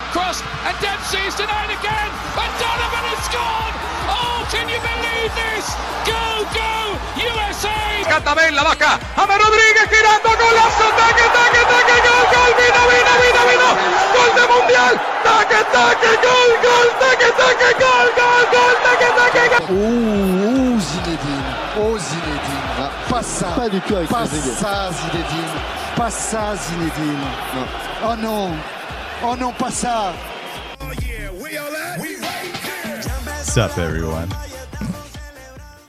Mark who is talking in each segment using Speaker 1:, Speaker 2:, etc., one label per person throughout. Speaker 1: pass, and Dempsey's denied again, and Donovan has scored! Oh, can you believe this? Go, go, USA!
Speaker 2: Catabel, la vaca, James Rodríguez girando, golazo, taque, taque, taque, gol, gol, vino, vino, vino, vino, gol de Mundial, taque, taque, gol, gol, taque, taque, gol, gol, gol, taque, taque, gol!
Speaker 3: Oh, oh, Zinedine, oh, Zinedine, Ah, pas ça,
Speaker 4: Pas du tout avec
Speaker 3: pas
Speaker 4: Trezeguet.
Speaker 3: ça, Zinedine, pas ça, Zinedine. Oh non, oh non, pas ça.
Speaker 5: What's up, everyone?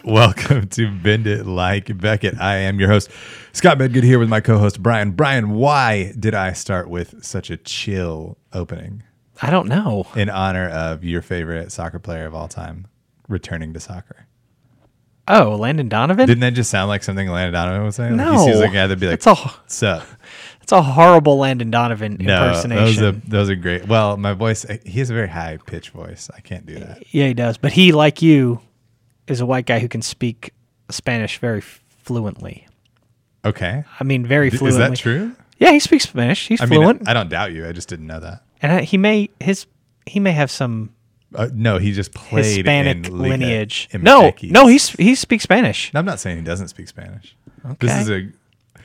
Speaker 5: Welcome to Bend It Like Beckett. I am your host, Scott Bedgood, here with my co host, Brian. Brian, why did I start with such a chill opening
Speaker 6: I don't know.
Speaker 5: in honor of your favorite soccer player of all time returning to soccer?
Speaker 6: Oh, Landon Donovan?
Speaker 5: Didn't that just sound like something Landon Donovan was saying? Like,
Speaker 6: No.
Speaker 5: he seems like a guy that'd be like,
Speaker 6: That's all-
Speaker 5: what's up?
Speaker 6: It's a horrible Landon Donovan
Speaker 5: No, that was,
Speaker 6: impersonation.
Speaker 5: a, that was a great. Well, my voice, uh, he has a very high pitched voice. I can't do that.
Speaker 6: yeah, he does. But he, like you, is a white guy who can speak Spanish very fluently.
Speaker 5: Okay.
Speaker 6: I mean, very
Speaker 5: D-
Speaker 6: fluently.
Speaker 5: Is that true?
Speaker 6: Yeah, he speaks Spanish. He's
Speaker 5: I mean,
Speaker 6: fluent,
Speaker 5: I, I don't doubt you. I just didn't know that.
Speaker 6: and I, he may his he may have some
Speaker 5: Uh, no, he just played
Speaker 6: Hispanic
Speaker 5: in Liga
Speaker 6: lineage.
Speaker 5: in
Speaker 6: No,
Speaker 5: Tequis.
Speaker 6: no, he's he speaks Spanish.
Speaker 5: No, I'm not saying he doesn't speak Spanish. This
Speaker 6: Okay.
Speaker 5: is a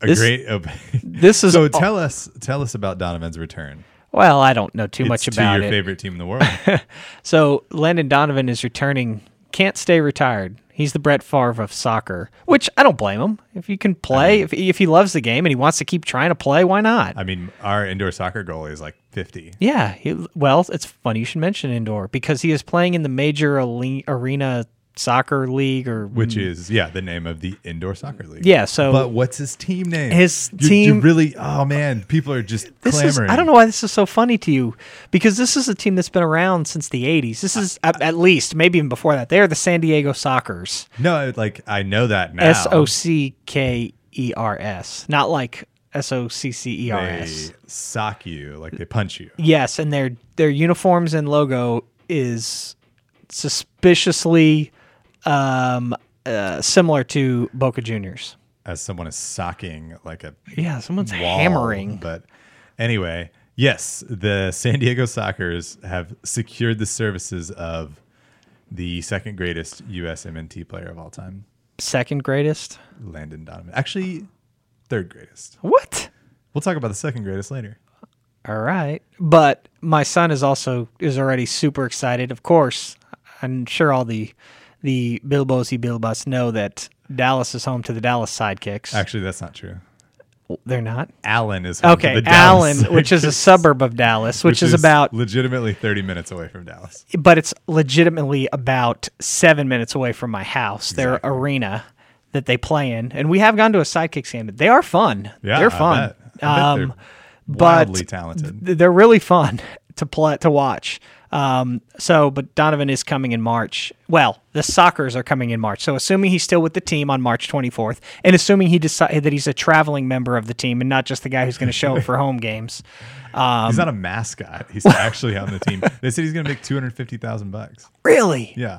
Speaker 5: a
Speaker 6: This-
Speaker 5: great. Op-
Speaker 6: This is
Speaker 5: so tell us, tell us about Donovan's return.
Speaker 6: well, I don't know too
Speaker 5: It's
Speaker 6: much
Speaker 5: to
Speaker 6: about
Speaker 5: your
Speaker 6: it.
Speaker 5: favorite team in the world.
Speaker 6: So Landon Donovan is returning. Can't stay retired. He's the Brett Favre of soccer, which I don't blame him. If you can play, if, if he loves the game and he wants to keep trying to play, why not?
Speaker 5: I mean, our indoor soccer goalie is like 50.
Speaker 6: yeah. He, well, it's funny you should mention indoor because he is playing in the major ale- arena soccer league or
Speaker 5: Which is yeah, the name of the indoor soccer league.
Speaker 6: Mm. Yeah, so-
Speaker 5: but what's his team name?
Speaker 6: His
Speaker 5: You- you
Speaker 6: team-
Speaker 5: really. Oh man, people are just
Speaker 6: This is,
Speaker 5: clamoring.
Speaker 6: I don't know why this is so funny to you because this is a team that's been around since the 80s. This is at, at least, maybe even before that. They're the San Diego Sockers.
Speaker 5: No, like I know that now.
Speaker 6: S O C K E R S, not like S O C C E R
Speaker 5: They
Speaker 6: S.
Speaker 5: sock you like they punch you.
Speaker 6: Yes, and their their uniforms and logo is suspiciously um, uh, similar to Boca Juniors.
Speaker 5: as someone is socking like a
Speaker 6: Yeah, someone's
Speaker 5: wall.
Speaker 6: hammering.
Speaker 5: But anyway, yes, the San Diego Sockers have secured the services of the second greatest USMNT player of all time,
Speaker 6: Second greatest.
Speaker 5: Landon Donovan. Actually, third greatest.
Speaker 6: What?
Speaker 5: We'll talk about the second greatest later.
Speaker 6: All right. But my son is also is already super excited. Of course, I'm sure all the the Bilbos y Bilbas know that Dallas is home to the Dallas Sidekicks.
Speaker 5: Actually, that's not true.
Speaker 6: They're not.
Speaker 5: Allen is home to
Speaker 6: Okay,
Speaker 5: the Dallas
Speaker 6: Allen, which is a
Speaker 5: Sidekicks,
Speaker 6: suburb of Dallas, which, is, about,
Speaker 5: legitimately 30 minutes away from Dallas.
Speaker 6: but it's legitimately about seven minutes away from my house. Their arena that they play in, and we have gone to a sidekicks game. They are fun.
Speaker 5: Yeah, I
Speaker 6: they're fun.
Speaker 5: bet. I bet
Speaker 6: Um,
Speaker 5: they're
Speaker 6: but
Speaker 5: wildly talented.
Speaker 6: th- they're really fun to play to watch. Um, so, but Donovan is coming in March. Well, the Sockers are coming in March. So, assuming he's still with the team on March 24th, and assuming he decided that he's a traveling member of the team and not just the guy who's going to show up for home games. Um,
Speaker 5: He's not a mascot. He's actually on the team. They said he's going to make 250,000 bucks.
Speaker 6: really,
Speaker 5: Yeah.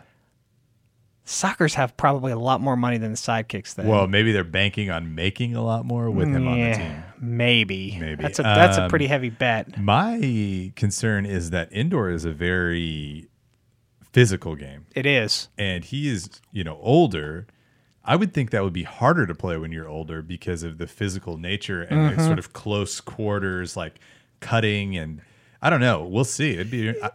Speaker 6: Sockers have probably a lot more money than the sidekicks. Then,
Speaker 5: Well, maybe they're banking on making a lot more with him on the
Speaker 6: yeah,
Speaker 5: team.
Speaker 6: maybe,
Speaker 5: Maybe.
Speaker 6: that's a that's a
Speaker 5: Um,
Speaker 6: pretty heavy bet.
Speaker 5: My concern is that indoor is a very physical game,
Speaker 6: It is.
Speaker 5: and he is, you know, older. I would think that would be harder to play when you're older because of the physical nature and
Speaker 6: Mm-hmm.
Speaker 5: the sort of close quarters, like cutting and I don't know. We'll see. It'd be uh,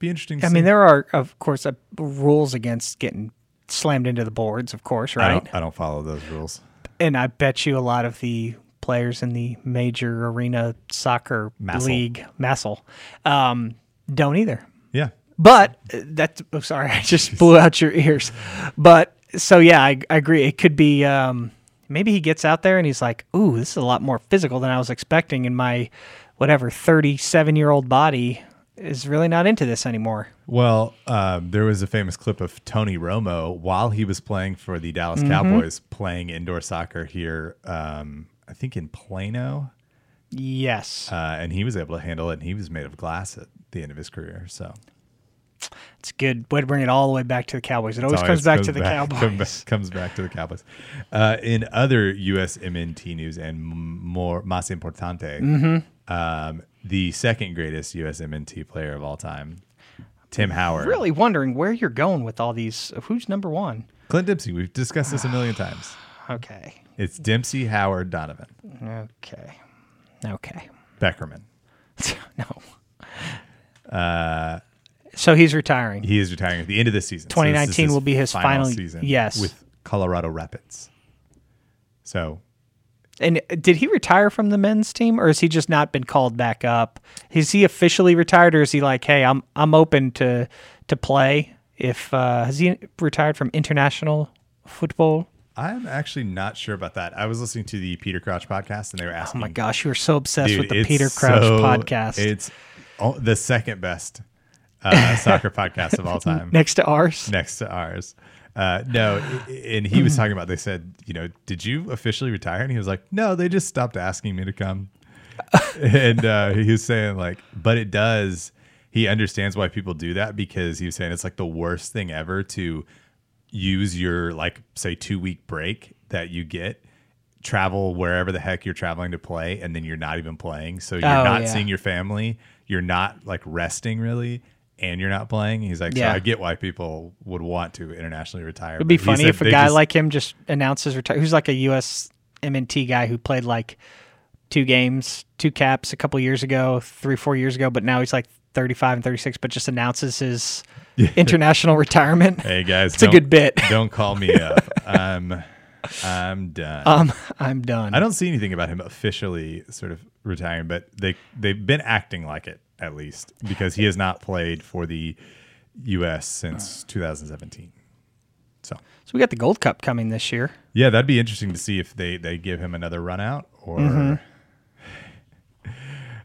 Speaker 5: be interesting. To
Speaker 6: I
Speaker 5: see.
Speaker 6: mean, there are of course uh, rules against getting slammed into the boards, of course,
Speaker 5: I
Speaker 6: right?
Speaker 5: don't, I don't follow those rules.
Speaker 6: and I bet you a lot of the players in the major arena soccer
Speaker 5: Massel.
Speaker 6: league, Massel, um, don't either.
Speaker 5: Yeah,
Speaker 6: But uh, that's oh, sorry, I just blew out your ears. But so yeah, I, I agree. It could be um, maybe he gets out there and he's like, "Ooh, this is a lot more physical than I was expecting." And my whatever thirty-seven-year-old body is really not into this anymore.
Speaker 5: Well, um, there was a famous clip of Tony Romo while he was playing for the Dallas
Speaker 6: Mm-hmm.
Speaker 5: Cowboys playing indoor soccer here, um, I think in Plano,
Speaker 6: Yes,
Speaker 5: uh, and he was able to handle it. And he was made of glass at the end of his career. So
Speaker 6: it's a good way to bring it all the way back to the Cowboys. It always,
Speaker 5: Sorry,
Speaker 6: comes
Speaker 5: it
Speaker 6: back to the Cowboys.
Speaker 5: come back- comes back to the Cowboys. Uh, in
Speaker 6: Mm-hmm.
Speaker 5: other USMNT news and m- more más importante, um, the second greatest USMNT player of all time, Tim Howard.
Speaker 6: Really wondering where you're going with all these. Who's number one?
Speaker 5: Clint Dempsey. We've discussed this a million times.
Speaker 6: Okay.
Speaker 5: It's Dempsey, Howard, Donovan,
Speaker 6: Okay. Okay.
Speaker 5: Beckerman.
Speaker 6: no. Uh, so he's retiring.
Speaker 5: He is retiring at the end of this season. So this is
Speaker 6: 2019 will be his final-
Speaker 5: season.
Speaker 6: yes.
Speaker 5: with Colorado Rapids. So
Speaker 6: And did he retire from the men's team, or has he just not been called back up? Is he officially retired, or is he like, hey, I'm I'm open to to play? If uh, has he retired from international football?
Speaker 5: I'm actually not sure about that. I was listening to the Peter Crouch podcast, and they were
Speaker 6: Oh
Speaker 5: asking,
Speaker 6: my gosh, you are so obsessed
Speaker 5: Hmm. Dude,
Speaker 6: with the
Speaker 5: it's
Speaker 6: Peter Crouch
Speaker 5: so-
Speaker 6: podcast
Speaker 5: It's all, the second best uh, soccer podcast of all time,
Speaker 6: next to ours.
Speaker 5: next to ours. Uh, no, i- and he was talking about. They said, you know, did you officially retire? And he was like, no, they just stopped asking me to come. and uh, he was saying like, but it does. He understands why people do that because he was saying it's like the worst thing ever to use your like say two week break that you get travel wherever the heck you're traveling to play and then you're not even playing so you're
Speaker 6: Oh,
Speaker 5: not
Speaker 6: yeah.
Speaker 5: seeing your family you're not like resting really and you're not playing he's like
Speaker 6: Yeah.
Speaker 5: so i get why people would want to internationally retire
Speaker 6: It'd be funny if a guy like him just announces retire. Who's like a U.S. MNT guy who played like two games, two caps a couple years ago, three, four years ago, but now he's like 35 and 36, but just announces his international retirement.
Speaker 5: hey guys
Speaker 6: It's a
Speaker 5: don't-
Speaker 6: good bit.
Speaker 5: don't call me up i'm i'm done
Speaker 6: Um, I'm done.
Speaker 5: I don't see anything about him officially sort of retiring, but they they've been acting like it at least because he has not played for the U.S.
Speaker 6: Uh.
Speaker 5: since 2017. So
Speaker 6: so we got the Gold Cup coming this year.
Speaker 5: yeah, that'd be interesting to see if they they give him another run out or.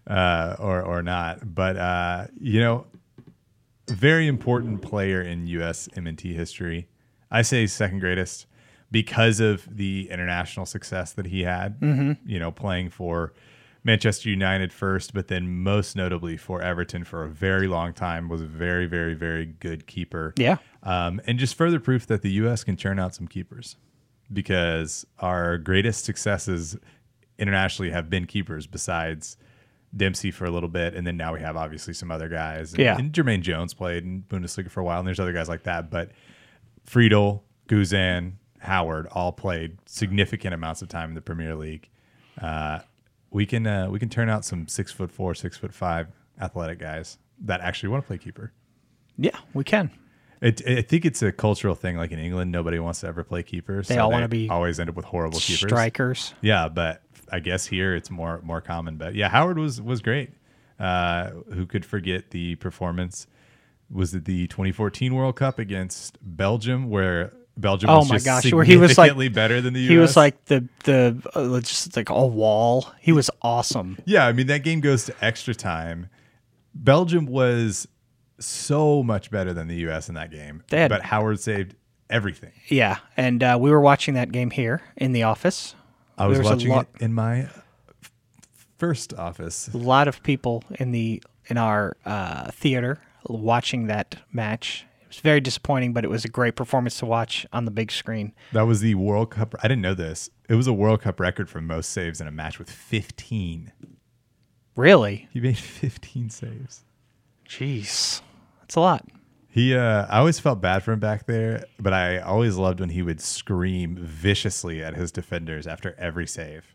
Speaker 5: Uh, or or not, but uh, you know, very important player in U.S. M&T history. I say second greatest because of the international success that he had. You know, playing for Manchester United first, but then most notably for Everton for a very long time. Was a very, very, very good keeper.
Speaker 6: Yeah.
Speaker 5: um, and just further proof that the U.S. can churn out some keepers because our greatest successes internationally have been keepers. Besides. Dempsey for a little bit, and then now we have obviously some other guys. And,
Speaker 6: Yeah.
Speaker 5: and Jermaine Jones played in Bundesliga for a while, and there's other guys like that. But Friedel, Guzan, Howard all played significant amounts of time in the Premier League. Uh, we can uh, we can turn out some six foot four, six foot five athletic guys that actually want to play keeper.
Speaker 6: Yeah, we can.
Speaker 5: It, I think it's a cultural thing. Like in England, nobody wants to ever play keepers.
Speaker 6: They all wanna be
Speaker 5: always end up with horrible keepers.
Speaker 6: Strikers.
Speaker 5: Yeah, but I guess here it's more more common. But yeah, Howard was was great. Uh, who could forget the performance? Was it the 2014 World Cup against Belgium where Belgium
Speaker 6: Oh
Speaker 5: was
Speaker 6: my
Speaker 5: just
Speaker 6: gosh, where he
Speaker 5: significantly
Speaker 6: was like-
Speaker 5: better than the US?
Speaker 6: He was like the the uh, just like a wall. He was awesome.
Speaker 5: Yeah, I mean that game goes to extra time. Belgium was so much better than the US in that game.
Speaker 6: They had-
Speaker 5: but Howard saved everything.
Speaker 6: Yeah, and uh, we were watching that game here in the office.
Speaker 5: I was
Speaker 6: There was a
Speaker 5: watching
Speaker 6: lot-
Speaker 5: it in my f- first office.
Speaker 6: a lot of people in the in our uh, theater watching that match. It was very disappointing, but it was a great performance to watch on the big screen.
Speaker 5: That was the World Cup. I didn't know this. It was a World Cup record for most saves in a match with 15.
Speaker 6: Really,
Speaker 5: He made 15 saves.
Speaker 6: jeez, that's a lot.
Speaker 5: He, uh, I always felt bad for him back there, but I always loved when he would scream viciously at his defenders after every save.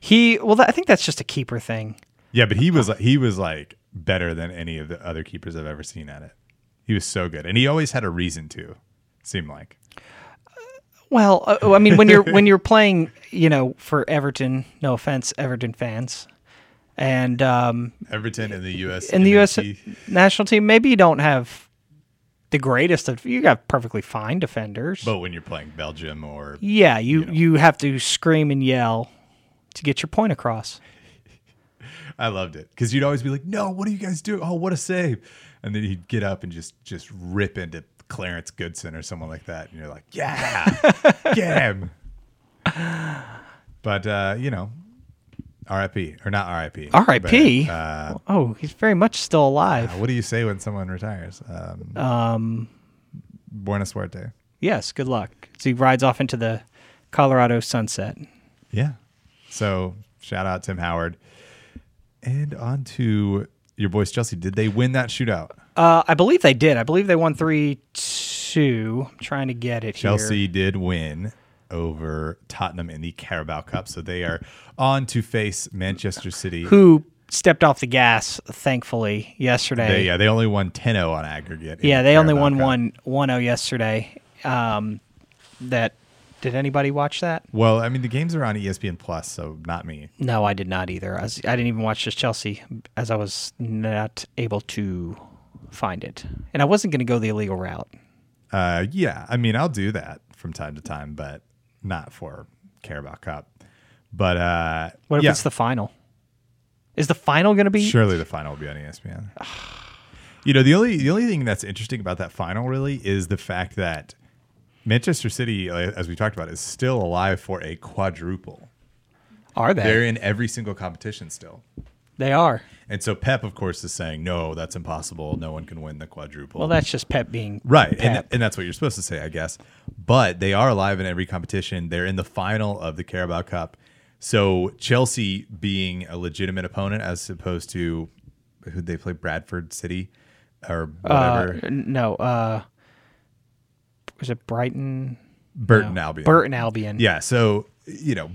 Speaker 6: He well, that, I think that's just a keeper thing.
Speaker 5: Yeah, but he was like, he was like better than any of the other keepers I've ever seen at it. He was so good, and he always had a reason to. Seemed like
Speaker 6: Well, uh, I mean, when you're when you're playing, you know, for Everton. No offense, Everton fans, and um,
Speaker 5: Everton in the U.S.
Speaker 6: in the U.S.
Speaker 5: MNT.
Speaker 6: national team, maybe you don't have the greatest of. You got perfectly fine defenders,
Speaker 5: but when you're playing Belgium or
Speaker 6: Yeah, you you have to scream and yell to get your point across.
Speaker 5: I loved it because you'd always be like, "No, what are you guys doing? Oh, what a save!" And then he'd get up and just just rip into Clarence Goodson or someone like that, and you're like, "Yeah, get him!" But uh, you know, R.I.P. or not R.I.P.
Speaker 6: R.I.P.
Speaker 5: but, uh,
Speaker 6: Oh, he's very much still alive.
Speaker 5: what do you say when someone retires? Um, Buena suerte.
Speaker 6: Yes, good luck. So he rides off into the Colorado sunset.
Speaker 5: Yeah. So shout out Tim Howard. And on to your boys, Chelsea. Did they win that shootout?
Speaker 6: Uh, I believe they did. I believe they won three two. I'm trying to get it
Speaker 5: Chelsea
Speaker 6: here.
Speaker 5: did win over Tottenham in the Carabao Cup, so they are on to face Manchester City.
Speaker 6: who stepped off the gas thankfully yesterday.
Speaker 5: They, uh, yeah, they only won 10-0 on aggregate. in
Speaker 6: yeah,
Speaker 5: the
Speaker 6: they only
Speaker 5: Carabao
Speaker 6: won
Speaker 5: Cup.
Speaker 6: one one zero yesterday. Um, that did anybody watch that?
Speaker 5: Well, I mean, the games are on E ESPN Plus, so not me.
Speaker 6: No, I did not either. I, was, I didn't even watch this Chelsea as I was not able to find it, and I wasn't going to go the illegal route.
Speaker 5: Uh, yeah, I mean, I'll do that from time to time, but not for Carabao Cup. But uh,
Speaker 6: What if
Speaker 5: yeah,
Speaker 6: it's the final? Is the final going to be?
Speaker 5: surely the final will be on E ESPN. you know, the only the only thing that's interesting about that final really is the fact that Manchester City, uh, as we talked about, is still alive for a quadruple.
Speaker 6: Are they?
Speaker 5: They're in every single competition still.
Speaker 6: They are.
Speaker 5: And so Pep, of course, is saying, no, that's impossible. No one can win the quadruple.
Speaker 6: Well, that's just Pep being
Speaker 5: Right. And,
Speaker 6: Pep.
Speaker 5: and that's what you're supposed to say, I guess. But they are alive in every competition. They're in the final of the Carabao Cup. So Chelsea being a legitimate opponent as opposed to who they play, Bradford City or
Speaker 6: Uh,
Speaker 5: whatever,
Speaker 6: no. Uh, was it Brighton?
Speaker 5: Burton Albion.
Speaker 6: Burton Albion.
Speaker 5: Yeah. So, you know,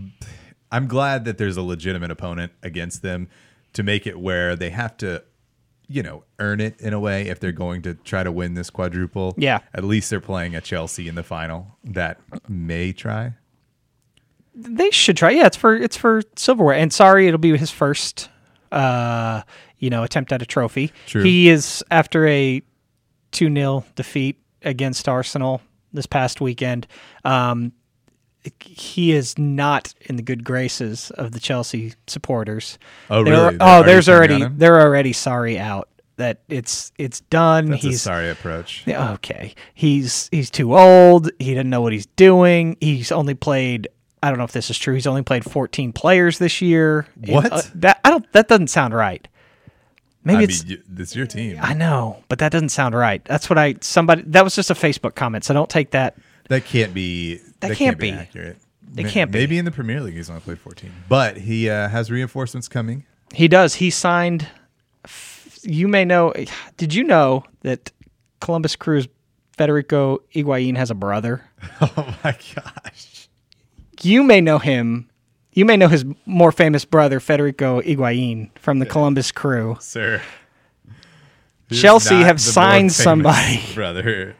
Speaker 5: I'm glad that there's a legitimate opponent against them to make it where they have to, you know, earn it in a way if they're going to try to win this quadruple.
Speaker 6: Yeah.
Speaker 5: At least they're playing a Chelsea in the final that may try.
Speaker 6: They should try. Yeah, it's for it's for silverware. And sorry, it'll be his first, uh, you know, attempt at a trophy.
Speaker 5: True.
Speaker 6: He is after a two 0 defeat against Arsenal this past weekend. Um, he is not in the good graces of the Chelsea supporters.
Speaker 5: Oh,
Speaker 6: They're-
Speaker 5: really? They're
Speaker 6: Oh,
Speaker 5: already
Speaker 6: there's
Speaker 5: turning
Speaker 6: already
Speaker 5: on him?
Speaker 6: they're already sorry out that it's it's done.
Speaker 5: That's a
Speaker 6: He's
Speaker 5: sorry approach.
Speaker 6: Yeah, Okay. He's he's too old. He didn't know what he's doing. He's only played I don't know if this is true. He's only played 14 players this year.
Speaker 5: What?
Speaker 6: Uh, that I don't that doesn't sound right. Maybe
Speaker 5: I mean,
Speaker 6: it's
Speaker 5: you- it's your team.
Speaker 6: I know, but that doesn't sound right. That's what I somebody that was just a Facebook comment. So don't take that.
Speaker 5: That can't be.
Speaker 6: That can't be.
Speaker 5: accurate.
Speaker 6: It
Speaker 5: Ma-
Speaker 6: can't be.
Speaker 5: Maybe in the Premier League he's only played 14, but he uh, has reinforcements coming.
Speaker 6: He does. He signed f- you may know did you know that Columbus Crew's Federico Higuain has a brother?
Speaker 5: Oh my gosh!
Speaker 6: you may know him. You may know his more famous brother Federico Higuain from the Columbus Crew.
Speaker 5: Sir, He is
Speaker 6: Chelsea
Speaker 5: not
Speaker 6: have
Speaker 5: the more
Speaker 6: signed
Speaker 5: famous
Speaker 6: somebody
Speaker 5: brother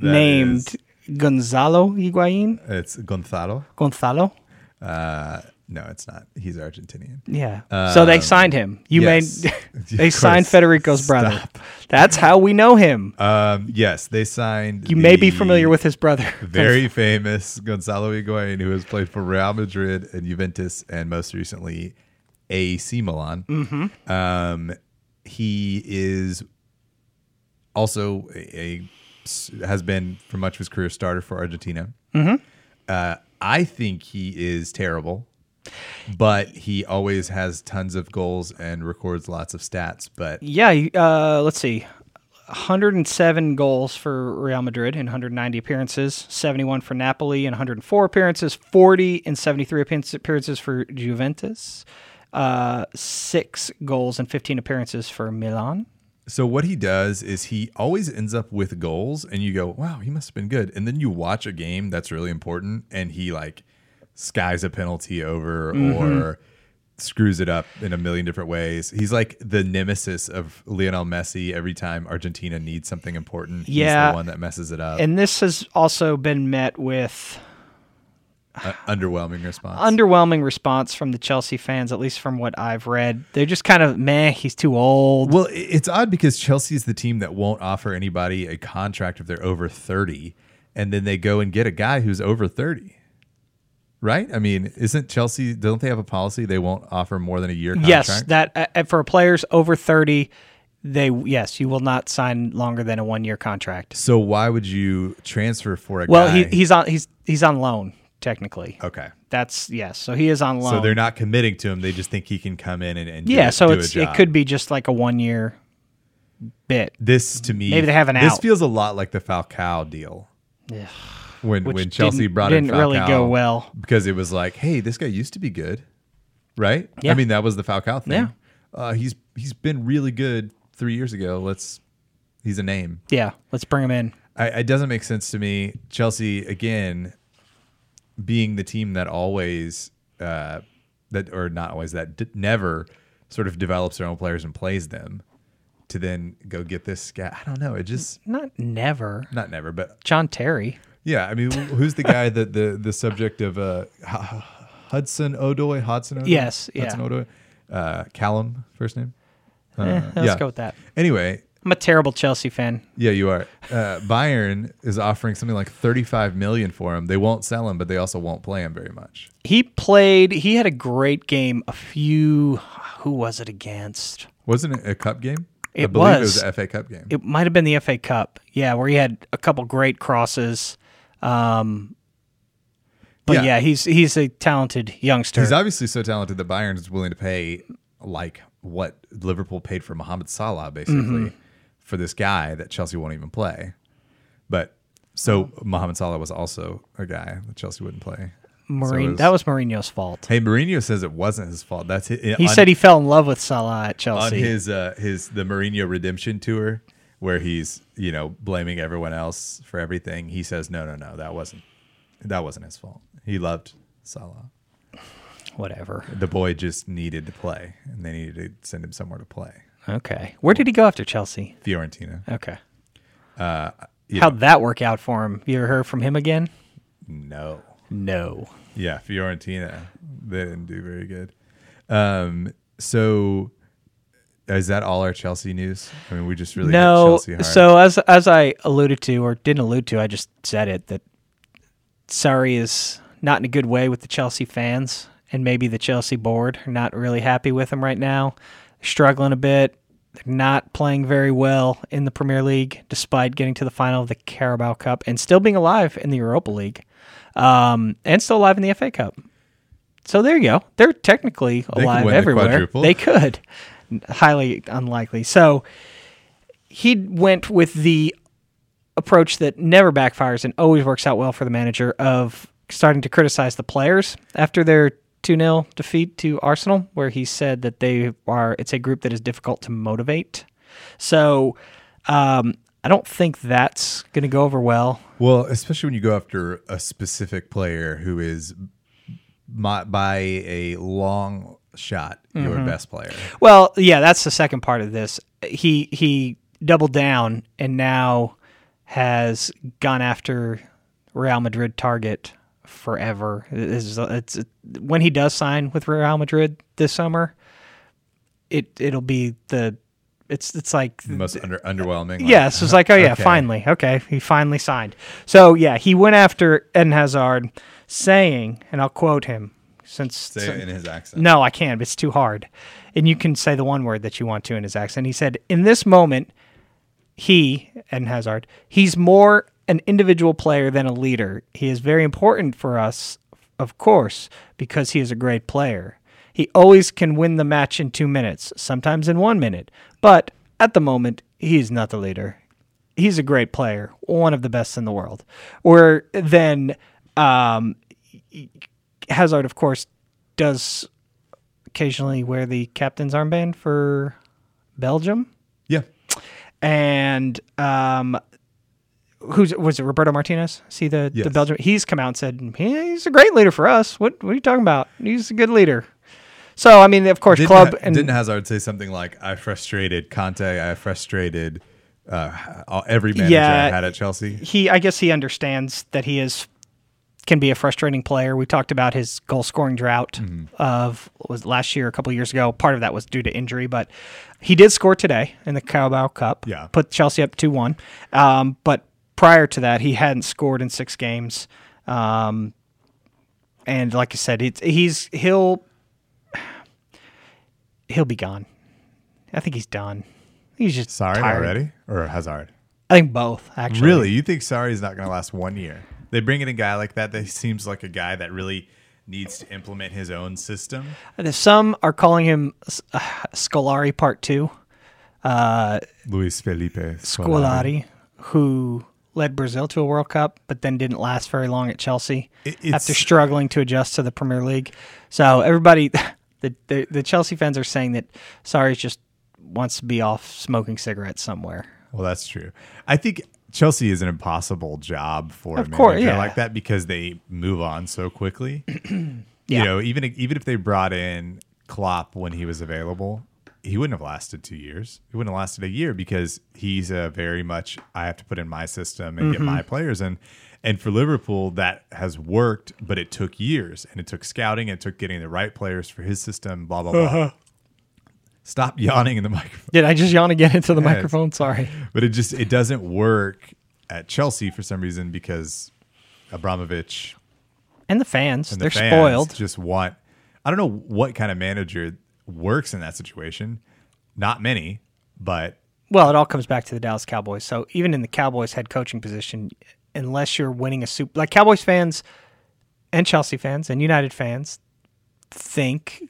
Speaker 5: that
Speaker 6: named
Speaker 5: is-
Speaker 6: Gonzalo Higuain.
Speaker 5: it's Gonzalo.
Speaker 6: Gonzalo.
Speaker 5: Uh, no, it's not. He's Argentinian.
Speaker 6: Yeah. so they signed him. You
Speaker 5: Um, yes.
Speaker 6: may.
Speaker 5: Of
Speaker 6: they signed
Speaker 5: course.
Speaker 6: Federico's brother.
Speaker 5: Stop.
Speaker 6: That's how we know him.
Speaker 5: Um, yes, they signed.
Speaker 6: you may be
Speaker 5: the
Speaker 6: familiar with his brother.
Speaker 5: very famous Gonzalo Higuain, who has played for Real Madrid and Juventus, and most recently AC Milan. Um, he is also a, a- has been for much of his career starter for Argentina. Uh, I think he is terrible, but he always has tons of goals and records lots of stats. But
Speaker 6: Yeah, he- uh, let's see. 107 goals for Real Madrid in 190 appearances, 71 for Napoli in 104 appearances, 40 and 73 appearance- appearances for Juventus, uh, six goals and 15 appearances for Milan.
Speaker 5: So what he does is he always ends up with goals, and you go, "Wow, he must have been good." And then you watch a game that's really important, and he like skies a penalty over
Speaker 6: Mm-hmm.
Speaker 5: or screws it up in a million different ways. He's like the nemesis of Lionel Messi. Every time Argentina needs something important, he's
Speaker 6: Yeah.
Speaker 5: the one that messes it up.
Speaker 6: And this has also been met with
Speaker 5: Uh, underwhelming response.
Speaker 6: underwhelming response from the Chelsea fans, at least from what I've read. They're just kind of meh. He's too old.
Speaker 5: Well, i- it's odd because Chelsea is the team that won't offer anybody a contract if they're over 30, and then they go and get a guy who's over 30. Right? I mean, isn't Chelsea, don't they have a policy they won't offer more than a year contract?
Speaker 6: Yes, that uh, for players over 30, they yes, you will not sign longer than a one year contract.
Speaker 5: so why would you transfer for a
Speaker 6: Well,
Speaker 5: guy?
Speaker 6: he, he's on he's he's on loan technically.
Speaker 5: okay.
Speaker 6: That's yes. So he is on loan.
Speaker 5: Oh. So they're not committing to him. They just think he can come in and, and do
Speaker 6: yeah.
Speaker 5: it-
Speaker 6: so
Speaker 5: do
Speaker 6: it's
Speaker 5: a
Speaker 6: it
Speaker 5: job.
Speaker 6: could be just like a one year bit.
Speaker 5: This to me,
Speaker 6: Maybe they have an
Speaker 5: This
Speaker 6: out.
Speaker 5: feels a lot like the Falcao deal.
Speaker 6: Yeah.
Speaker 5: When
Speaker 6: Which
Speaker 5: when Chelsea
Speaker 6: didn't-
Speaker 5: brought in
Speaker 6: didn't really
Speaker 5: Falcao
Speaker 6: go well.
Speaker 5: because it was like, hey, this guy used to be good, right?
Speaker 6: Yeah.
Speaker 5: I mean, that was the Falcao thing.
Speaker 6: Yeah.
Speaker 5: uh, he's he's been really good three years ago. Let's he's a name.
Speaker 6: Yeah, let's bring him in.
Speaker 5: I, it doesn't make sense to me. Chelsea again being the team that always uh, that or not always that d- never sort of develops their own players and plays them to then go get this guy. I don't know. It just
Speaker 6: Not never.
Speaker 5: not never, but
Speaker 6: John Terry.
Speaker 5: yeah. I mean, wh- who's the guy that the the subject of uh, H- Hudson Odoy? Hudson Odoy.
Speaker 6: Yes, yeah.
Speaker 5: Hudson Odoy. Uh, Callum, first name. Uh,
Speaker 6: Eh, let's
Speaker 5: yeah.
Speaker 6: go with that.
Speaker 5: Anyway,
Speaker 6: I'm a terrible Chelsea fan.
Speaker 5: yeah, you are. Uh, Bayern is offering something like 35 million for him. They won't sell him, but they also won't play him very much.
Speaker 6: He played. He had a great game. A few. Who was it against?
Speaker 5: Wasn't it a cup game? I
Speaker 6: It
Speaker 5: believe
Speaker 6: was.
Speaker 5: it was a FA Cup game.
Speaker 6: It might have been the FA Cup. Yeah, where he had a couple great crosses. Um, but
Speaker 5: Yeah.
Speaker 6: yeah. he's he's a talented youngster.
Speaker 5: He's obviously so talented that Bayern is willing to pay like what Liverpool paid for Mohamed Salah, basically,
Speaker 6: Mm-hmm.
Speaker 5: for this guy that Chelsea won't even play. But so Mohamed Salah was also a guy that Chelsea wouldn't play.
Speaker 6: Mourinho-
Speaker 5: is-
Speaker 6: that was Mourinho's fault.
Speaker 5: Hey, Mourinho says it wasn't his fault. That's his,
Speaker 6: He said he fell in love with Salah at
Speaker 5: on
Speaker 6: Chelsea.
Speaker 5: his uh, his the Mourinho redemption tour where he's you know blaming everyone else for everything. He says no, no, no, that wasn't that wasn't his fault. He loved Salah.
Speaker 6: Whatever.
Speaker 5: the boy just needed to play and they needed to send him somewhere to play
Speaker 6: Okay. Where did he go after Chelsea?
Speaker 5: fiorentina
Speaker 6: Okay.
Speaker 5: Uh, you
Speaker 6: How'd that work out for him? You ever heard from him again?
Speaker 5: no
Speaker 6: No.
Speaker 5: yeah fiorentina they didn't do very good um so is that all our chelsea news i mean we just really hit
Speaker 6: no.
Speaker 5: chelsea hard.
Speaker 6: So as as I alluded to or didn't allude to, I just said it that Surrey is not in a good way with the Chelsea fans and maybe the Chelsea board are not really happy with them right now. Struggling a bit. They're not playing very well in the Premier League despite getting to the final of the Carabao Cup and still being alive in the Europa League. Um, and still alive in the FA Cup. So there you go. They're technically
Speaker 5: could
Speaker 6: alive
Speaker 5: win the
Speaker 6: everywhere.
Speaker 5: quadruple.
Speaker 6: they could. Highly unlikely. So he went with the approach that never backfires and always works out well for the manager of starting to criticize the players after their 2-0 defeat to Arsenal where he said that they are it's a group that is difficult to motivate. So um, I don't think that's going to go over well.
Speaker 5: well especially when you go after a specific player who is my, by a long shot
Speaker 6: Mm-hmm.
Speaker 5: your best player
Speaker 6: Well, yeah, that's the second part of this. He he doubled down and now has gone after Real Madrid target forever. It is- It's, when he does sign with Real Madrid this summer, it it'll be the it's it's like
Speaker 5: the most under, underwhelming like,
Speaker 6: Yes, it's like, oh yeah,
Speaker 5: Okay.
Speaker 6: finally, okay, he finally signed. So yeah, he went after Eden Hazard, saying, and I'll quote him since
Speaker 5: say it in his accent
Speaker 6: no, I can't. but It's too hard. And you can say the one word that you want to in his accent. He said, in this moment, he, and Hazard, he's more an individual player than a leader. He is very important for us, of course, because he is a great player. He always can win the match in two minutes, sometimes in one minute. But at the moment, he's not the leader he's a great player, one of the best in the world. Where then um, Hazard, of course, does occasionally wear the captain's armband for Belgium,
Speaker 5: yeah
Speaker 6: and um, who's was it Roberto Martinez? See the
Speaker 5: Yes.
Speaker 6: the Belgium? He's come out and said "Yeah, he's a great leader for us. What what are you talking about? He's a good leader. So I mean, of course,
Speaker 5: didn't
Speaker 6: club
Speaker 5: Ha-
Speaker 6: and
Speaker 5: didn't Hazard say something like, "I frustrated Conte. I frustrated uh, all- every manager I
Speaker 6: Yeah.
Speaker 5: had at Chelsea."
Speaker 6: he I guess he understands that he is can be a frustrating player. We talked about his goal scoring drought
Speaker 5: Mm-hmm.
Speaker 6: of what was it, last year, a couple years ago. Part of that was due to injury, but he did score today in the Carabao Cup.
Speaker 5: Yeah.
Speaker 6: put Chelsea up two one. Um, but prior to that, he hadn't scored in six games. Um, and like I said, it's, he's he'll he'll be gone. I think he's done. He's just
Speaker 5: Sorry
Speaker 6: tired.
Speaker 5: already, or Hazard?
Speaker 6: I think both actually.
Speaker 5: Really, you think sorry is not going to last one year? They bring in a guy like that. That seems like a guy that really needs to implement his own system.
Speaker 6: And Some are calling him uh, Scolari Part Two,
Speaker 5: Luis Felipe
Speaker 6: Scolari, who led Brazil to a World Cup, but then didn't last very long at Chelsea
Speaker 5: It- it's-
Speaker 6: after struggling to adjust to the Premier League. So everybody, The, the the Chelsea fans are saying that Sarri just wants to be off smoking cigarettes somewhere.
Speaker 5: Well, that's true. I think Chelsea is an impossible job for
Speaker 6: Of
Speaker 5: a
Speaker 6: course,
Speaker 5: manager
Speaker 6: yeah.
Speaker 5: like that because they move on so quickly.
Speaker 6: Yeah.
Speaker 5: You know, even even if they brought in Klopp when he was available, he wouldn't have lasted two years. He wouldn't have lasted a year because he's a very much I have to put in my system and
Speaker 6: Mm-hmm.
Speaker 5: get my players in. And for Liverpool, that has worked, but it took years and it took scouting, it took getting the right players for his system, blah blah blah.
Speaker 6: Uh-huh.
Speaker 5: Stop yawning in the microphone
Speaker 6: Did I just yawn again into the
Speaker 5: it's-
Speaker 6: microphone? Sorry.
Speaker 5: but it just it doesn't work at Chelsea for some reason because Abramovich
Speaker 6: And the fans,
Speaker 5: and
Speaker 6: they're
Speaker 5: the fans
Speaker 6: spoiled.
Speaker 5: just want I don't know what kind of manager works in that situation. Not many, but
Speaker 6: Well, it all comes back to the Dallas Cowboys. So even in the Cowboys head coaching position, unless you're winning a super like Cowboys fans and Chelsea fans and United fans think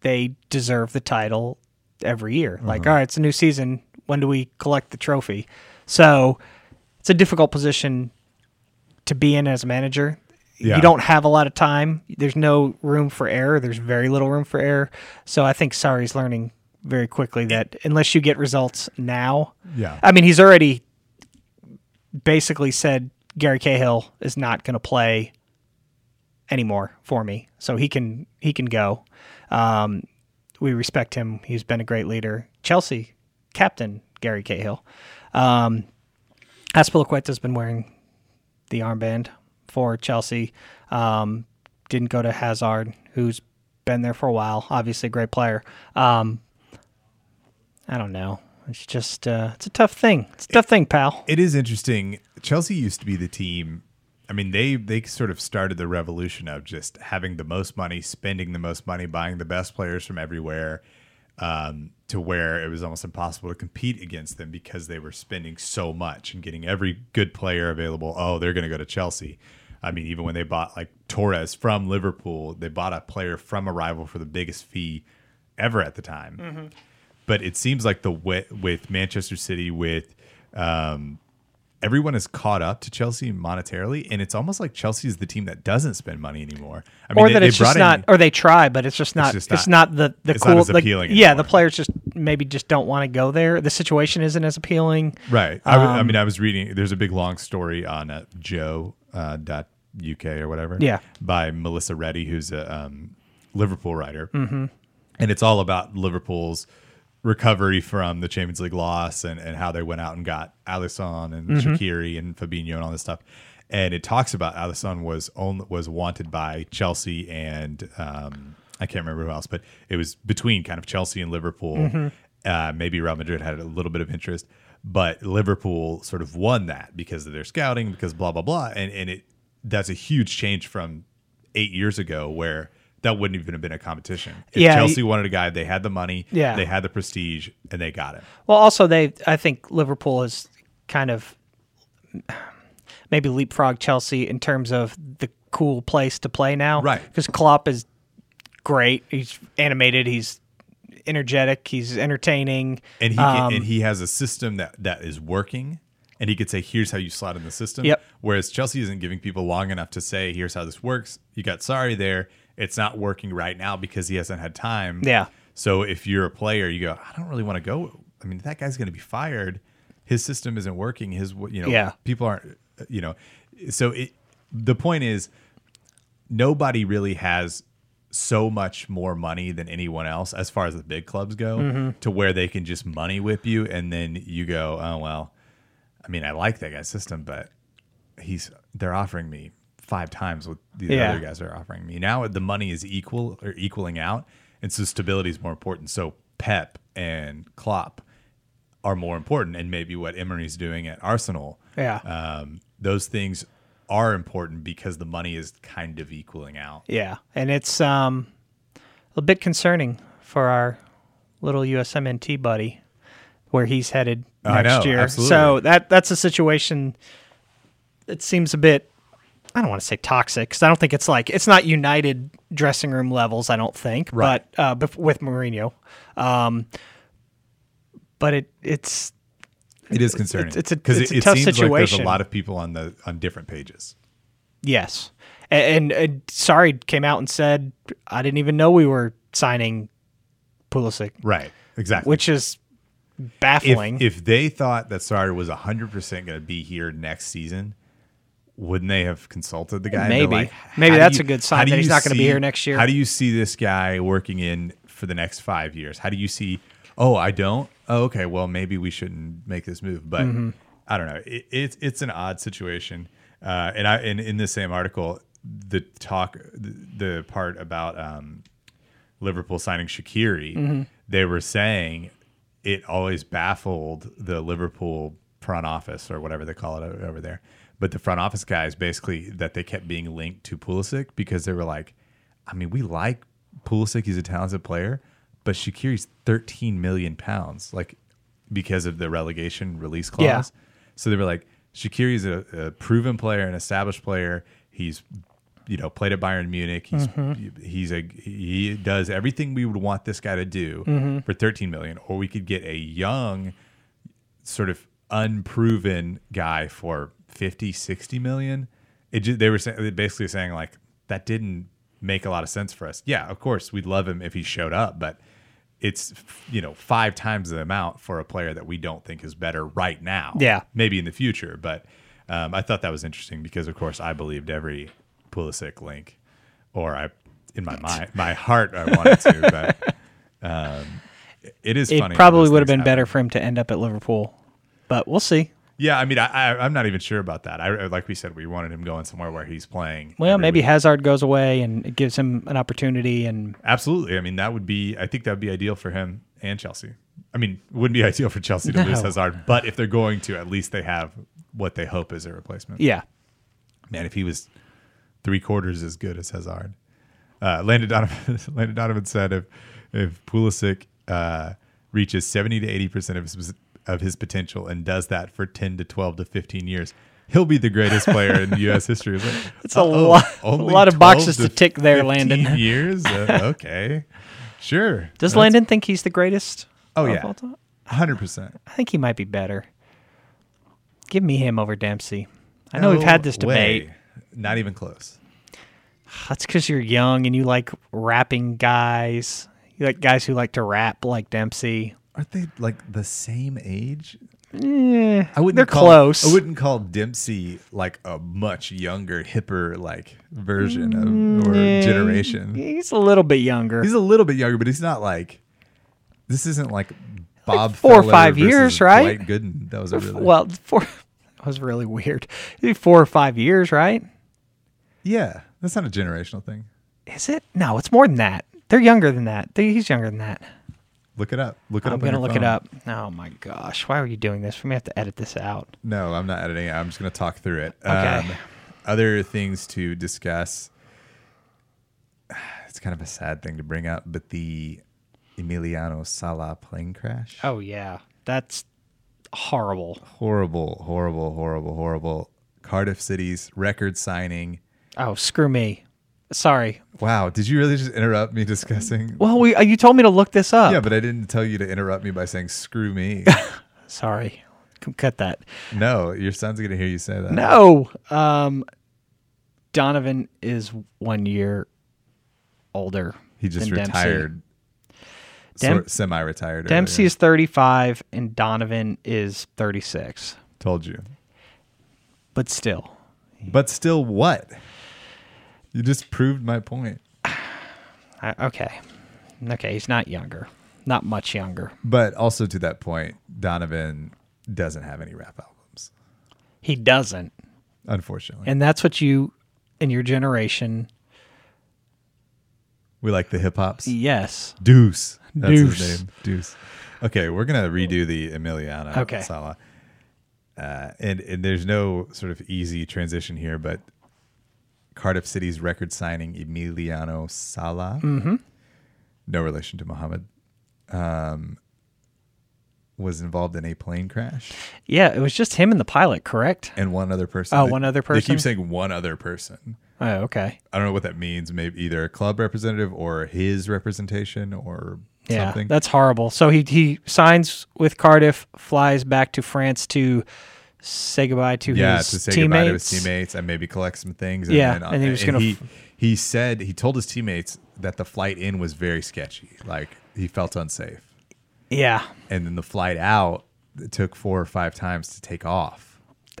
Speaker 6: they deserve the title every year. Like, all right, it's a new season. When do we collect the trophy? So it's a difficult position to be in as a manager.
Speaker 5: Yeah.
Speaker 6: You don't have a lot of time. There's no room for error. There's very little room for error. So I think Sari's learning very quickly that unless you get results now,
Speaker 5: Yeah.
Speaker 6: I mean, he's already basically said Gary Cahill is not going to play anymore for me, so he can he can go. Um, we respect him. He's been a great leader. Chelsea captain Gary Cahill. Um, Aspilicueta's been wearing the armband for Chelsea. Um, didn't go to Hazard, who's been there for a while. Obviously, a great player. Um, I don't know. It's just uh, it's a tough thing. It's a tough thing, pal.
Speaker 5: it is interesting. Chelsea used to be the team. I mean, they they sort of started the revolution of just having the most money, spending the most money, buying the best players from everywhere, um, to where it was almost impossible to compete against them because they were spending so much and getting every good player available. Oh, they're going to go to Chelsea. I mean, even when they bought like Torres from Liverpool, they bought a player from a rival for the biggest fee ever at the time but it seems like the way, with Manchester City with um, everyone is caught up to Chelsea monetarily, and it's almost like Chelsea is the team that doesn't spend money anymore. I
Speaker 6: or that it's just
Speaker 5: in-
Speaker 6: not, uh, or they try, but it's just not. It's,
Speaker 5: just
Speaker 6: not, the the
Speaker 5: it's not
Speaker 6: cool.
Speaker 5: as
Speaker 6: the-
Speaker 5: appealing
Speaker 6: yeah,
Speaker 5: anymore.
Speaker 6: the players just maybe just don't want to go there. The situation isn't as appealing.
Speaker 5: right. I,
Speaker 6: um,
Speaker 5: w- I mean, I was reading. There's a big long story on uh, Joe uh, dot UK or whatever.
Speaker 6: Yeah.
Speaker 5: by Melissa Reddy, who's a um, Liverpool writer, and it's all about Liverpool's recovery from the Champions League loss and, and how they went out and got Alisson and Shakiri and Fabinho and all this stuff. And it talks about Alisson was only was wanted by Chelsea and um, I can't remember who else, but it was between kind of Chelsea and Liverpool. Uh, maybe Real Madrid had a little bit of interest, but Liverpool sort of won that because of their scouting, because blah blah blah, and and it that's a huge change from eight years ago where that wouldn't even have been a competition. If
Speaker 6: Yeah,
Speaker 5: Chelsea
Speaker 6: you-
Speaker 5: they wanted a guy. They had the money.
Speaker 6: Yeah.
Speaker 5: They had the prestige, and they got it.
Speaker 6: Well, also they, I think Liverpool has kind of maybe leapfrog Chelsea in terms of the cool place to play now.
Speaker 5: Right.
Speaker 6: Because Klopp is great. He's animated. He's energetic. He's entertaining.
Speaker 5: And he can,
Speaker 6: Um,
Speaker 5: and he has a system that that is working. And he could say, "Here's how you slot in the system."
Speaker 6: Yep.
Speaker 5: Whereas Chelsea isn't giving people long enough to say, "Here's how this works." You got sorry there. It's not working right now because he hasn't had time.
Speaker 6: Yeah.
Speaker 5: So if you're a player, you go, "I don't really want to go." I mean, that guy's going to be fired. His system isn't working. His you know,
Speaker 6: Yeah.
Speaker 5: people aren't you know. So it the point is nobody really has so much more money than anyone else as far as the big clubs go
Speaker 6: Mm-hmm.
Speaker 5: to where they can just money whip you and then you go oh well i mean i like that guy's system but he's they're offering me five times what the
Speaker 6: Yeah.
Speaker 5: other guys are offering me now the money is equal or equaling out and so stability is more important so pep and klopp are more important and maybe what emery's doing at arsenal
Speaker 6: yeah.
Speaker 5: um, those things are important because the money is kind of equaling out.
Speaker 6: Yeah, and it's um, a bit concerning for our little USMNT buddy, where he's headed next
Speaker 5: I know,
Speaker 6: year. So
Speaker 5: absolutely.
Speaker 6: that that's a situation that seems a bit. I don't want to say toxic because I don't think it's like it's not United dressing room levels. I don't think,
Speaker 5: Right.
Speaker 6: but uh, bef- with Mourinho, um, but it it's
Speaker 5: It is concerning.
Speaker 6: it's- it's a-
Speaker 5: 'Cause
Speaker 6: it's a tough
Speaker 5: like there's a
Speaker 6: situation.
Speaker 5: lot of people on the on different pages.
Speaker 6: uh, Yes. A- And, and, sorry came out and said, I didn't even know we were signing Pulisic,
Speaker 5: Right. Exactly.
Speaker 6: which is baffling.
Speaker 5: if, if they thought that Sartre was 100% going to be here next season, wouldn't they have consulted the guy? And they're
Speaker 6: Maybe.
Speaker 5: like,
Speaker 6: Maybe
Speaker 5: how do
Speaker 6: that's
Speaker 5: you-
Speaker 6: a good sign
Speaker 5: how do
Speaker 6: that he's
Speaker 5: you
Speaker 6: not gonna be
Speaker 5: see-
Speaker 6: here next year.
Speaker 5: How do you see this guy working in for the next five years? How do you see, oh, I don't? Oh, okay. Well, maybe we shouldn't make this move. But
Speaker 6: Mm-hmm.
Speaker 5: I don't know. It, it's it's an odd situation. Uh, and I and in this same article, the talk, the, the part about um, Liverpool signing Shakiri, they were saying it always baffled the Liverpool front office or whatever they call it o- over there. But the front office guys basically that they kept being linked to Pulisic because they were like, I mean, we like Pulisic; he's a talented player, but Shakiri's 13 million pounds, like because of the relegation release clause.
Speaker 6: Yeah.
Speaker 5: So they were like, Shakiri's a, a proven player, an established player. He's, you know, played at Bayern Munich. He's he's a he does everything we would want this guy to do for 13 million, or we could get a young, sort of unproven guy for 50, 60 million. It ju- they were saying, they basically saying like that didn't make a lot of sense for us. Yeah, of course we'd love him if he showed up, but it's you know five times the amount for a player that we don't think is better right now.
Speaker 6: Yeah.
Speaker 5: maybe in the future, but um, I thought that was interesting because of course I believed every Pulisic link, or I in my mind my heart I wanted to, but. Um, it is
Speaker 6: it
Speaker 5: funny. how
Speaker 6: probably
Speaker 5: those
Speaker 6: would have
Speaker 5: things
Speaker 6: been
Speaker 5: happen.
Speaker 6: better for him to end up at Liverpool, but we'll see.
Speaker 5: Yeah, I mean, I, I I'm not even sure about that. I uh, like we said, we wanted him going somewhere where he's playing.
Speaker 6: Well,
Speaker 5: every
Speaker 6: maybe
Speaker 5: week.
Speaker 6: Hazard goes away and it gives him an opportunity, and
Speaker 5: absolutely. I mean, that would be. I think that would be ideal for him and Chelsea. I mean, it wouldn't be ideal for Chelsea to lose
Speaker 6: No.
Speaker 5: Hazard, but if they're going to, at least they have what they hope is a replacement.
Speaker 6: yeah,
Speaker 5: Man, if he was three quarters as good as Hazard, uh, Landon Donovan, Landon Donovan said if if Pulisic uh, reaches seventy to eighty percent of his of his potential and does that for ten to twelve to fifteen years, he'll be the greatest player in U.S. history. It's like,
Speaker 6: It's a
Speaker 5: uh-oh,
Speaker 6: lot- a
Speaker 5: only
Speaker 6: lot of
Speaker 5: 12
Speaker 6: boxes to tick there,
Speaker 5: 15
Speaker 6: Landon.
Speaker 5: Years, Uh, okay, sure.
Speaker 6: does
Speaker 5: That's-
Speaker 6: Landon think he's the greatest?
Speaker 5: Oh
Speaker 6: of
Speaker 5: yeah,
Speaker 6: all time?
Speaker 5: hundred percent.
Speaker 6: I think he might be better. Give me him over Dempsey. I know we've had this debate.
Speaker 5: Not even close.
Speaker 6: That's because you're young and you like rapping guys. You like guys who like to rap like Dempsey.
Speaker 5: Aren't they like the same age?
Speaker 6: Eh,
Speaker 5: I wouldn't.
Speaker 6: They're
Speaker 5: call,
Speaker 6: close.
Speaker 5: I wouldn't call Dempsey like a much younger, hipper like version of or
Speaker 6: Mm,
Speaker 5: generation.
Speaker 6: He's a little bit younger.
Speaker 5: He's a little bit younger, but he's not like. This isn't like Bob.
Speaker 6: four or
Speaker 5: Feller
Speaker 6: five
Speaker 5: versus
Speaker 6: years, right?
Speaker 5: Dwight Gooden. That was a really
Speaker 6: well, four. That was really weird. Maybe Four or five years, right?
Speaker 5: Yeah, that's not a generational thing.
Speaker 6: Is it? No, it's more than that. They're younger than that. They- he's younger than that.
Speaker 5: Look it up. Look it up.
Speaker 6: I'm
Speaker 5: on
Speaker 6: gonna
Speaker 5: your
Speaker 6: look it
Speaker 5: phone.
Speaker 6: up. Oh my gosh, why are you doing this? We may have to edit this out.
Speaker 5: No, I'm not editing. it. I'm just going to talk through it. Um,
Speaker 6: Okay.
Speaker 5: other things to discuss. It's kind of a sad thing to bring up, but the Emiliano Sala plane crash.
Speaker 6: Oh yeah, that's horrible.
Speaker 5: Horrible, horrible, horrible, horrible. Cardiff City's record signing.
Speaker 6: Oh screw me. Sorry.
Speaker 5: Wow, did you really just interrupt me discussing?
Speaker 6: Well, we uh, you told me to look this up.
Speaker 5: Yeah, but I didn't tell you to interrupt me by saying "screw me."
Speaker 6: Sorry. C- Cut that.
Speaker 5: no, your son's gonna hear you say that.
Speaker 6: No. Um, Donovan is one year older.
Speaker 5: he just
Speaker 6: than Dempsey.
Speaker 5: retired,
Speaker 6: Dem-
Speaker 5: sort- semi-retired.
Speaker 6: Dempsey
Speaker 5: earlier.
Speaker 6: is 35 and Donovan is 36.
Speaker 5: told you.
Speaker 6: But still,
Speaker 5: But still, what? You just proved my point.
Speaker 6: I, okay. Okay, he's not younger. Not much younger.
Speaker 5: But also to that point, Donovan doesn't have any rap albums,
Speaker 6: He doesn't.
Speaker 5: unfortunately.
Speaker 6: And that's what you, in your generation,
Speaker 5: we like the hip hops.
Speaker 6: yes.
Speaker 5: Deuce. That's
Speaker 6: Deuce.
Speaker 5: his name. Deuce. Okay, we're gonna redo the Emiliana
Speaker 6: Okay.
Speaker 5: Sala. Uh, and and there's no sort of easy transition here, but Cardiff City's record signing Emiliano Sala,
Speaker 6: Mm-hmm.
Speaker 5: no relation to Mohammed, um, was involved in a plane crash.
Speaker 6: Yeah, it was just him and the pilot, correct?
Speaker 5: and one other person.
Speaker 6: Oh,
Speaker 5: They-
Speaker 6: one other
Speaker 5: They
Speaker 6: person?
Speaker 5: keep saying one other person.
Speaker 6: Oh, okay.
Speaker 5: I don't know what that means. Maybe either a club representative or his representation or
Speaker 6: Yeah,
Speaker 5: something.
Speaker 6: that's horrible. So he he signs with Cardiff, flies back to France to say goodbye to
Speaker 5: yeah,
Speaker 6: his
Speaker 5: to say
Speaker 6: teammates.
Speaker 5: goodbye to his teammates and maybe collect some things. And
Speaker 6: Yeah,
Speaker 5: then,
Speaker 6: and he was gonna
Speaker 5: He,
Speaker 6: f-
Speaker 5: he said he told his teammates that the flight in was very sketchy. Like he felt unsafe,
Speaker 6: Yeah.
Speaker 5: and then the flight out it took four or five times to take off.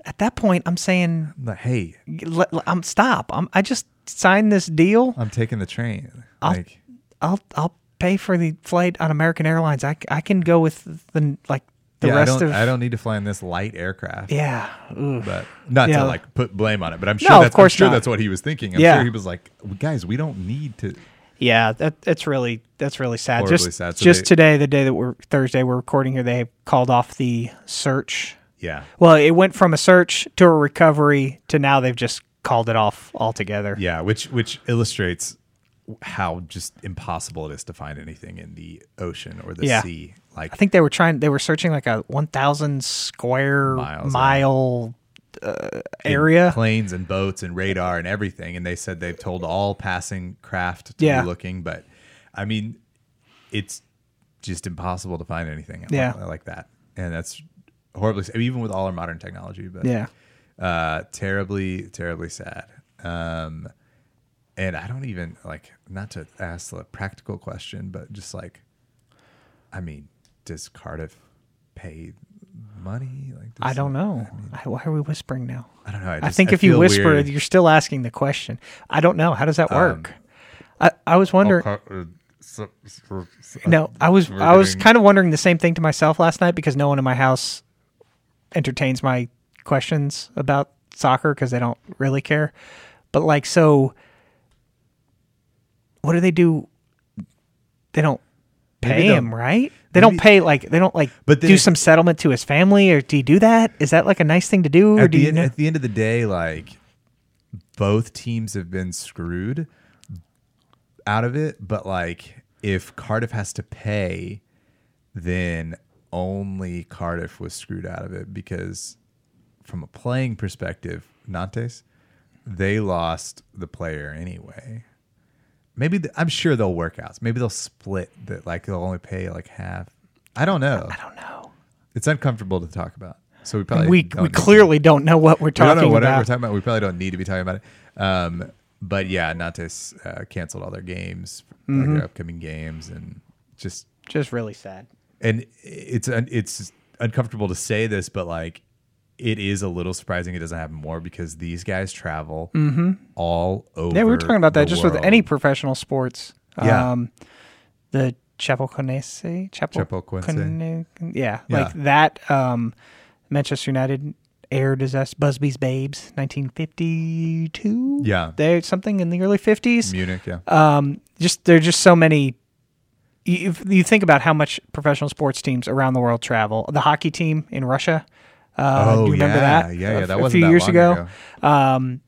Speaker 6: At that point, I'm saying,
Speaker 5: I'm like, hey,
Speaker 6: let, let- I'm stop. I'm, I just signed this deal.
Speaker 5: I'm taking the train.
Speaker 6: I'll-
Speaker 5: like,
Speaker 6: I'll I'll pay for the flight on American Airlines. I, c- I can go with the like the
Speaker 5: yeah,
Speaker 6: rest
Speaker 5: I don't,
Speaker 6: of
Speaker 5: I don't need to fly in this light aircraft.
Speaker 6: yeah. Ugh.
Speaker 5: But not
Speaker 6: Yeah.
Speaker 5: to like put blame on it, but I'm sure
Speaker 6: No, of
Speaker 5: that's I'm
Speaker 6: course
Speaker 5: sure
Speaker 6: not.
Speaker 5: that's what he was thinking. I'm
Speaker 6: Yeah.
Speaker 5: sure he was like, guys, we don't need to.
Speaker 6: Yeah, that that's really that's really sad.
Speaker 5: Horribly
Speaker 6: just
Speaker 5: sad. So
Speaker 6: just
Speaker 5: they-
Speaker 6: today, the day that we're Thursday, we're recording here. They called off the search.
Speaker 5: Yeah,
Speaker 6: Well, it went from a search to a recovery to now they've just called it off altogether.
Speaker 5: Yeah, which which illustrates how just impossible it is to find anything in the ocean or the
Speaker 6: Yeah.
Speaker 5: sea. Like
Speaker 6: I think they were trying. They were searching like a 1,000 square
Speaker 5: Miles,
Speaker 6: mile uh, area.
Speaker 5: planes and boats and radar and everything, and they said they've told all passing craft to
Speaker 6: Yeah.
Speaker 5: be looking, but I mean, it's just impossible to find anything like-
Speaker 6: Yeah.
Speaker 5: like, that, and that's horribly I mean, even with all our modern technology. But
Speaker 6: Yeah.
Speaker 5: uh, terribly, terribly sad. Um, and I don't even like not to ask a practical question, but just like, I mean, does Cardiff pay money? Like, does
Speaker 6: I don't
Speaker 5: it-
Speaker 6: know. I, why are we whispering now?
Speaker 5: I don't know.
Speaker 6: I
Speaker 5: just-
Speaker 6: think if you
Speaker 5: feel
Speaker 6: whisper,
Speaker 5: weird. Um,
Speaker 6: you're still asking the question. I don't know. How does that work? I, I was wondering. no, I was I was kind of wondering the same thing to myself last night because no one in my house entertains my questions about soccer because they don't really care. But like, so what do they do? They don't
Speaker 5: Maybe
Speaker 6: pay
Speaker 5: they'll-
Speaker 6: him, right? They don't
Speaker 5: maybe-
Speaker 6: pay like they don't like
Speaker 5: But then
Speaker 6: do
Speaker 5: if-
Speaker 6: some settlement to his family, or do you do that? Is that like a nice thing to do, or
Speaker 5: at
Speaker 6: do
Speaker 5: the
Speaker 6: you?
Speaker 5: end,
Speaker 6: know-
Speaker 5: at the end of the day, like both teams have been screwed out of it, but like if Cardiff has to pay, then only Cardiff was screwed out of it because from a playing perspective, Nantes, they lost the player anyway. Maybe th- I'm sure they'll work out. Maybe they'll split that like they'll only pay like half. I don't know.
Speaker 6: I don't know.
Speaker 5: It's uncomfortable to talk about. So we probably
Speaker 6: we
Speaker 5: don't
Speaker 6: we
Speaker 5: need to.
Speaker 6: clearly don't know what we're
Speaker 5: We don't
Speaker 6: talking
Speaker 5: know what
Speaker 6: about.
Speaker 5: we're talking about. We probably don't need to be talking about it. Um, but yeah, Nantes uh, canceled all their games,
Speaker 6: Mm-hmm.
Speaker 5: like their upcoming games, and just
Speaker 6: Just really sad.
Speaker 5: and it's un- it's uncomfortable to say this, but like it is a little surprising it doesn't happen more because these guys travel all over.
Speaker 6: Mm-hmm. Yeah, we were talking about that
Speaker 5: the
Speaker 6: just with
Speaker 5: world.
Speaker 6: any professional sports.
Speaker 5: Yeah.
Speaker 6: Um, the Chapecoense,
Speaker 5: Chapecoense.
Speaker 6: Chapecoense, yeah,
Speaker 5: Yeah.
Speaker 6: like that. Um, Manchester United air disaster, Busby's Babes, nineteen fifty-two.
Speaker 5: Yeah.
Speaker 6: they something in the early fifties.
Speaker 5: Munich, yeah,
Speaker 6: Um, just there are just so many. You, if you think about how much professional sports teams around the world travel. The hockey team in Russia. Uh,
Speaker 5: Oh,
Speaker 6: do you remember
Speaker 5: yeah,
Speaker 6: that?
Speaker 5: yeah,
Speaker 6: A-
Speaker 5: yeah, that
Speaker 6: a
Speaker 5: wasn't
Speaker 6: few
Speaker 5: that
Speaker 6: years
Speaker 5: long
Speaker 6: ago.
Speaker 5: ago.
Speaker 6: Um,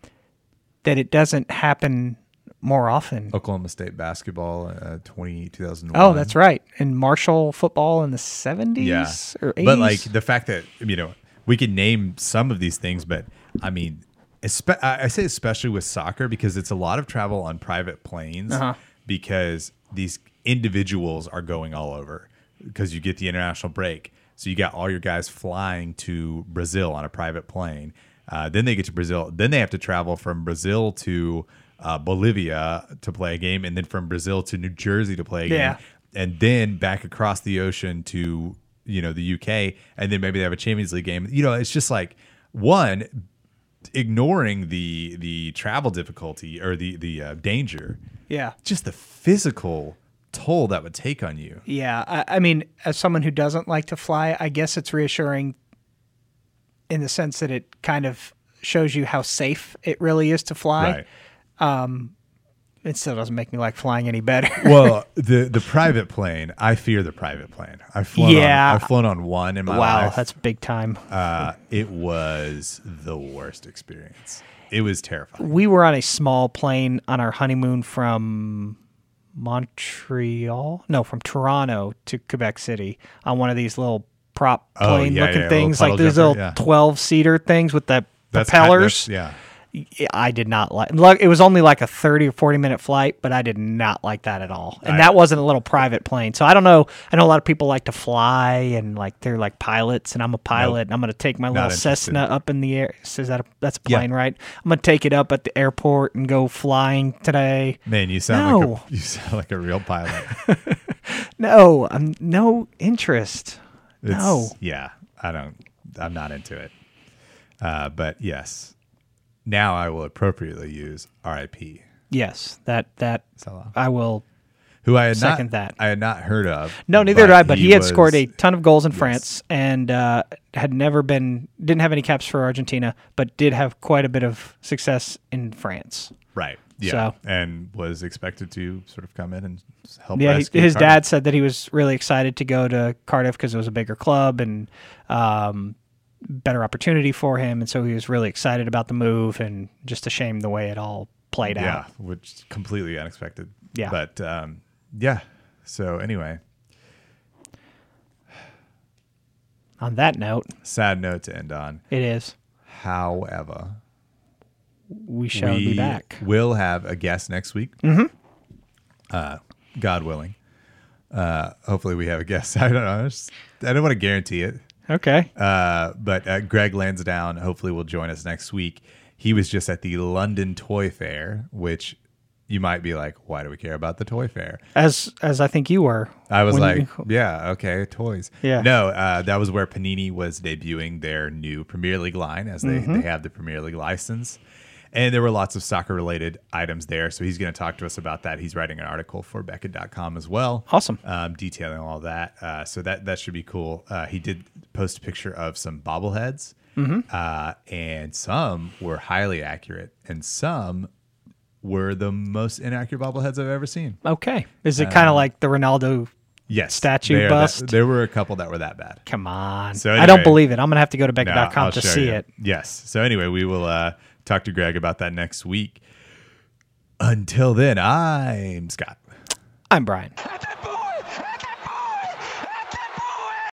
Speaker 6: that it doesn't happen more often.
Speaker 5: Oklahoma State basketball, uh, 20, 2001.
Speaker 6: Oh, that's right. And Marshall football in the 70s or 80s.
Speaker 5: But like the fact that you know we could name some of these things, but I mean, espe- I I say especially with soccer because it's a lot of travel on private planes
Speaker 6: Uh-huh.
Speaker 5: because these individuals are going all over because you get the international break, so you got all your guys flying to Brazil on a private plane. Uh, then they get to Brazil. Then they have to travel from Brazil to uh, Bolivia to play a game, and then from Brazil to New Jersey to play a game
Speaker 6: Yeah.
Speaker 5: and then back across the ocean to you know the UK, and then maybe they have a Champions League game. You know, it's just like one ignoring the the travel difficulty or the the uh, danger,
Speaker 6: yeah.
Speaker 5: just the physical toll that would take on you.
Speaker 6: Yeah. I, I mean, as someone who doesn't like to fly, I guess it's reassuring in the sense that it kind of shows you how safe it really is to fly.
Speaker 5: Right.
Speaker 6: It still doesn't make me like flying any better.
Speaker 5: Well, the the private plane, I fear the private plane. I've flown
Speaker 6: Yeah.
Speaker 5: on, I've flown on one in my
Speaker 6: wow.
Speaker 5: life.
Speaker 6: That's big time.
Speaker 5: uh, it was the worst experience. It was terrifying.
Speaker 6: we were on a small plane on our honeymoon from Montreal, no, from Toronto to Quebec City on one of these little prop
Speaker 5: Oh,
Speaker 6: plane
Speaker 5: yeah,
Speaker 6: looking
Speaker 5: yeah, little
Speaker 6: things, like
Speaker 5: puddle
Speaker 6: these
Speaker 5: jumper,
Speaker 6: little
Speaker 5: yeah.
Speaker 6: twelve seater things with the
Speaker 5: That's-
Speaker 6: propellers.
Speaker 5: that's- yeah.
Speaker 6: I did not like. Look, it was only like a thirty or forty minute flight, but I did not like that at all. And that wasn't a little private plane, so I don't know. I know a lot of people like to fly and like they're like pilots, and I'm a pilot, and I'm gonna take my little
Speaker 5: interested.
Speaker 6: Cessna up in the air. Is that a, that's a plane, right? I'm gonna take it up at the airport and go flying today.
Speaker 5: Man, you sound
Speaker 6: No.
Speaker 5: like a, you sound like a real pilot.
Speaker 6: No, I'm no interest.
Speaker 5: It's,
Speaker 6: No.
Speaker 5: Yeah, I don't. I'm not into it. Uh, but yes, now I will appropriately use R.I.P.
Speaker 6: Yes, that that
Speaker 5: Salah,
Speaker 6: I will
Speaker 5: who I had
Speaker 6: Second
Speaker 5: not
Speaker 6: that.
Speaker 5: I had not heard of.
Speaker 6: No, neither did I. But he, had
Speaker 5: was-
Speaker 6: scored a ton of goals in France and uh, had never been didn't have any caps for Argentina, but did have quite a bit of success in France.
Speaker 5: right. Yeah,
Speaker 6: So-
Speaker 5: and was expected to sort of come in and help.
Speaker 6: Yeah, he,
Speaker 5: rescue
Speaker 6: his
Speaker 5: Cardiff.
Speaker 6: dad said that he was really excited to go to Cardiff because it was a bigger club and um, better opportunity for him, and so he was really excited about the move. And just a shame the way it all played
Speaker 5: Yeah,
Speaker 6: out.
Speaker 5: which is completely unexpected.
Speaker 6: Yeah.
Speaker 5: But um, yeah. So anyway,
Speaker 6: On that note,
Speaker 5: sad note to end on.
Speaker 6: it is
Speaker 5: However,
Speaker 6: we shall
Speaker 5: we
Speaker 6: be back. Mm-hmm.
Speaker 5: will have a guest next week. Uh, God willing. Uh, hopefully we have a guest. I don't know. It's- I don't want to guarantee it.
Speaker 6: Okay,
Speaker 5: Uh, but uh, Greg Lansdowne hopefully will join us next week. He was just at the London Toy Fair, which you might be like, why do we care about the Toy Fair?
Speaker 6: as as I think you were.
Speaker 5: I was
Speaker 6: when
Speaker 5: like,
Speaker 6: you-
Speaker 5: yeah, okay, toys.
Speaker 6: Yeah.
Speaker 5: No, uh, that was where Panini was debuting their new Premier League line, as they,
Speaker 6: Mm-hmm.
Speaker 5: they have the Premier League license. And there were lots of soccer related items there. So he's going to talk to us about that. He's writing an article for Beckett.com as well.
Speaker 6: Awesome.
Speaker 5: Um, detailing all that. Uh, so that, that should be cool. Uh, he did post a picture of some bobbleheads,
Speaker 6: Mm-hmm.
Speaker 5: uh, and some were highly accurate, and some were the most inaccurate bobbleheads I've ever seen.
Speaker 6: okay, is
Speaker 5: uh,
Speaker 6: it kind of like the Ronaldo
Speaker 5: Yes.
Speaker 6: Statue
Speaker 5: they are that-
Speaker 6: bust.
Speaker 5: there were a couple that were that bad.
Speaker 6: Come on.
Speaker 5: So
Speaker 6: I don't
Speaker 5: anyway-
Speaker 6: believe it. I'm going to have to go to
Speaker 5: No,
Speaker 6: Becca.com
Speaker 5: I'll
Speaker 6: to
Speaker 5: show
Speaker 6: see
Speaker 5: you.
Speaker 6: it.
Speaker 5: Yes. So anyway, we will uh, talk to Greg about that next week. Until then, I'm Scott.
Speaker 6: I'm Brian.
Speaker 1: And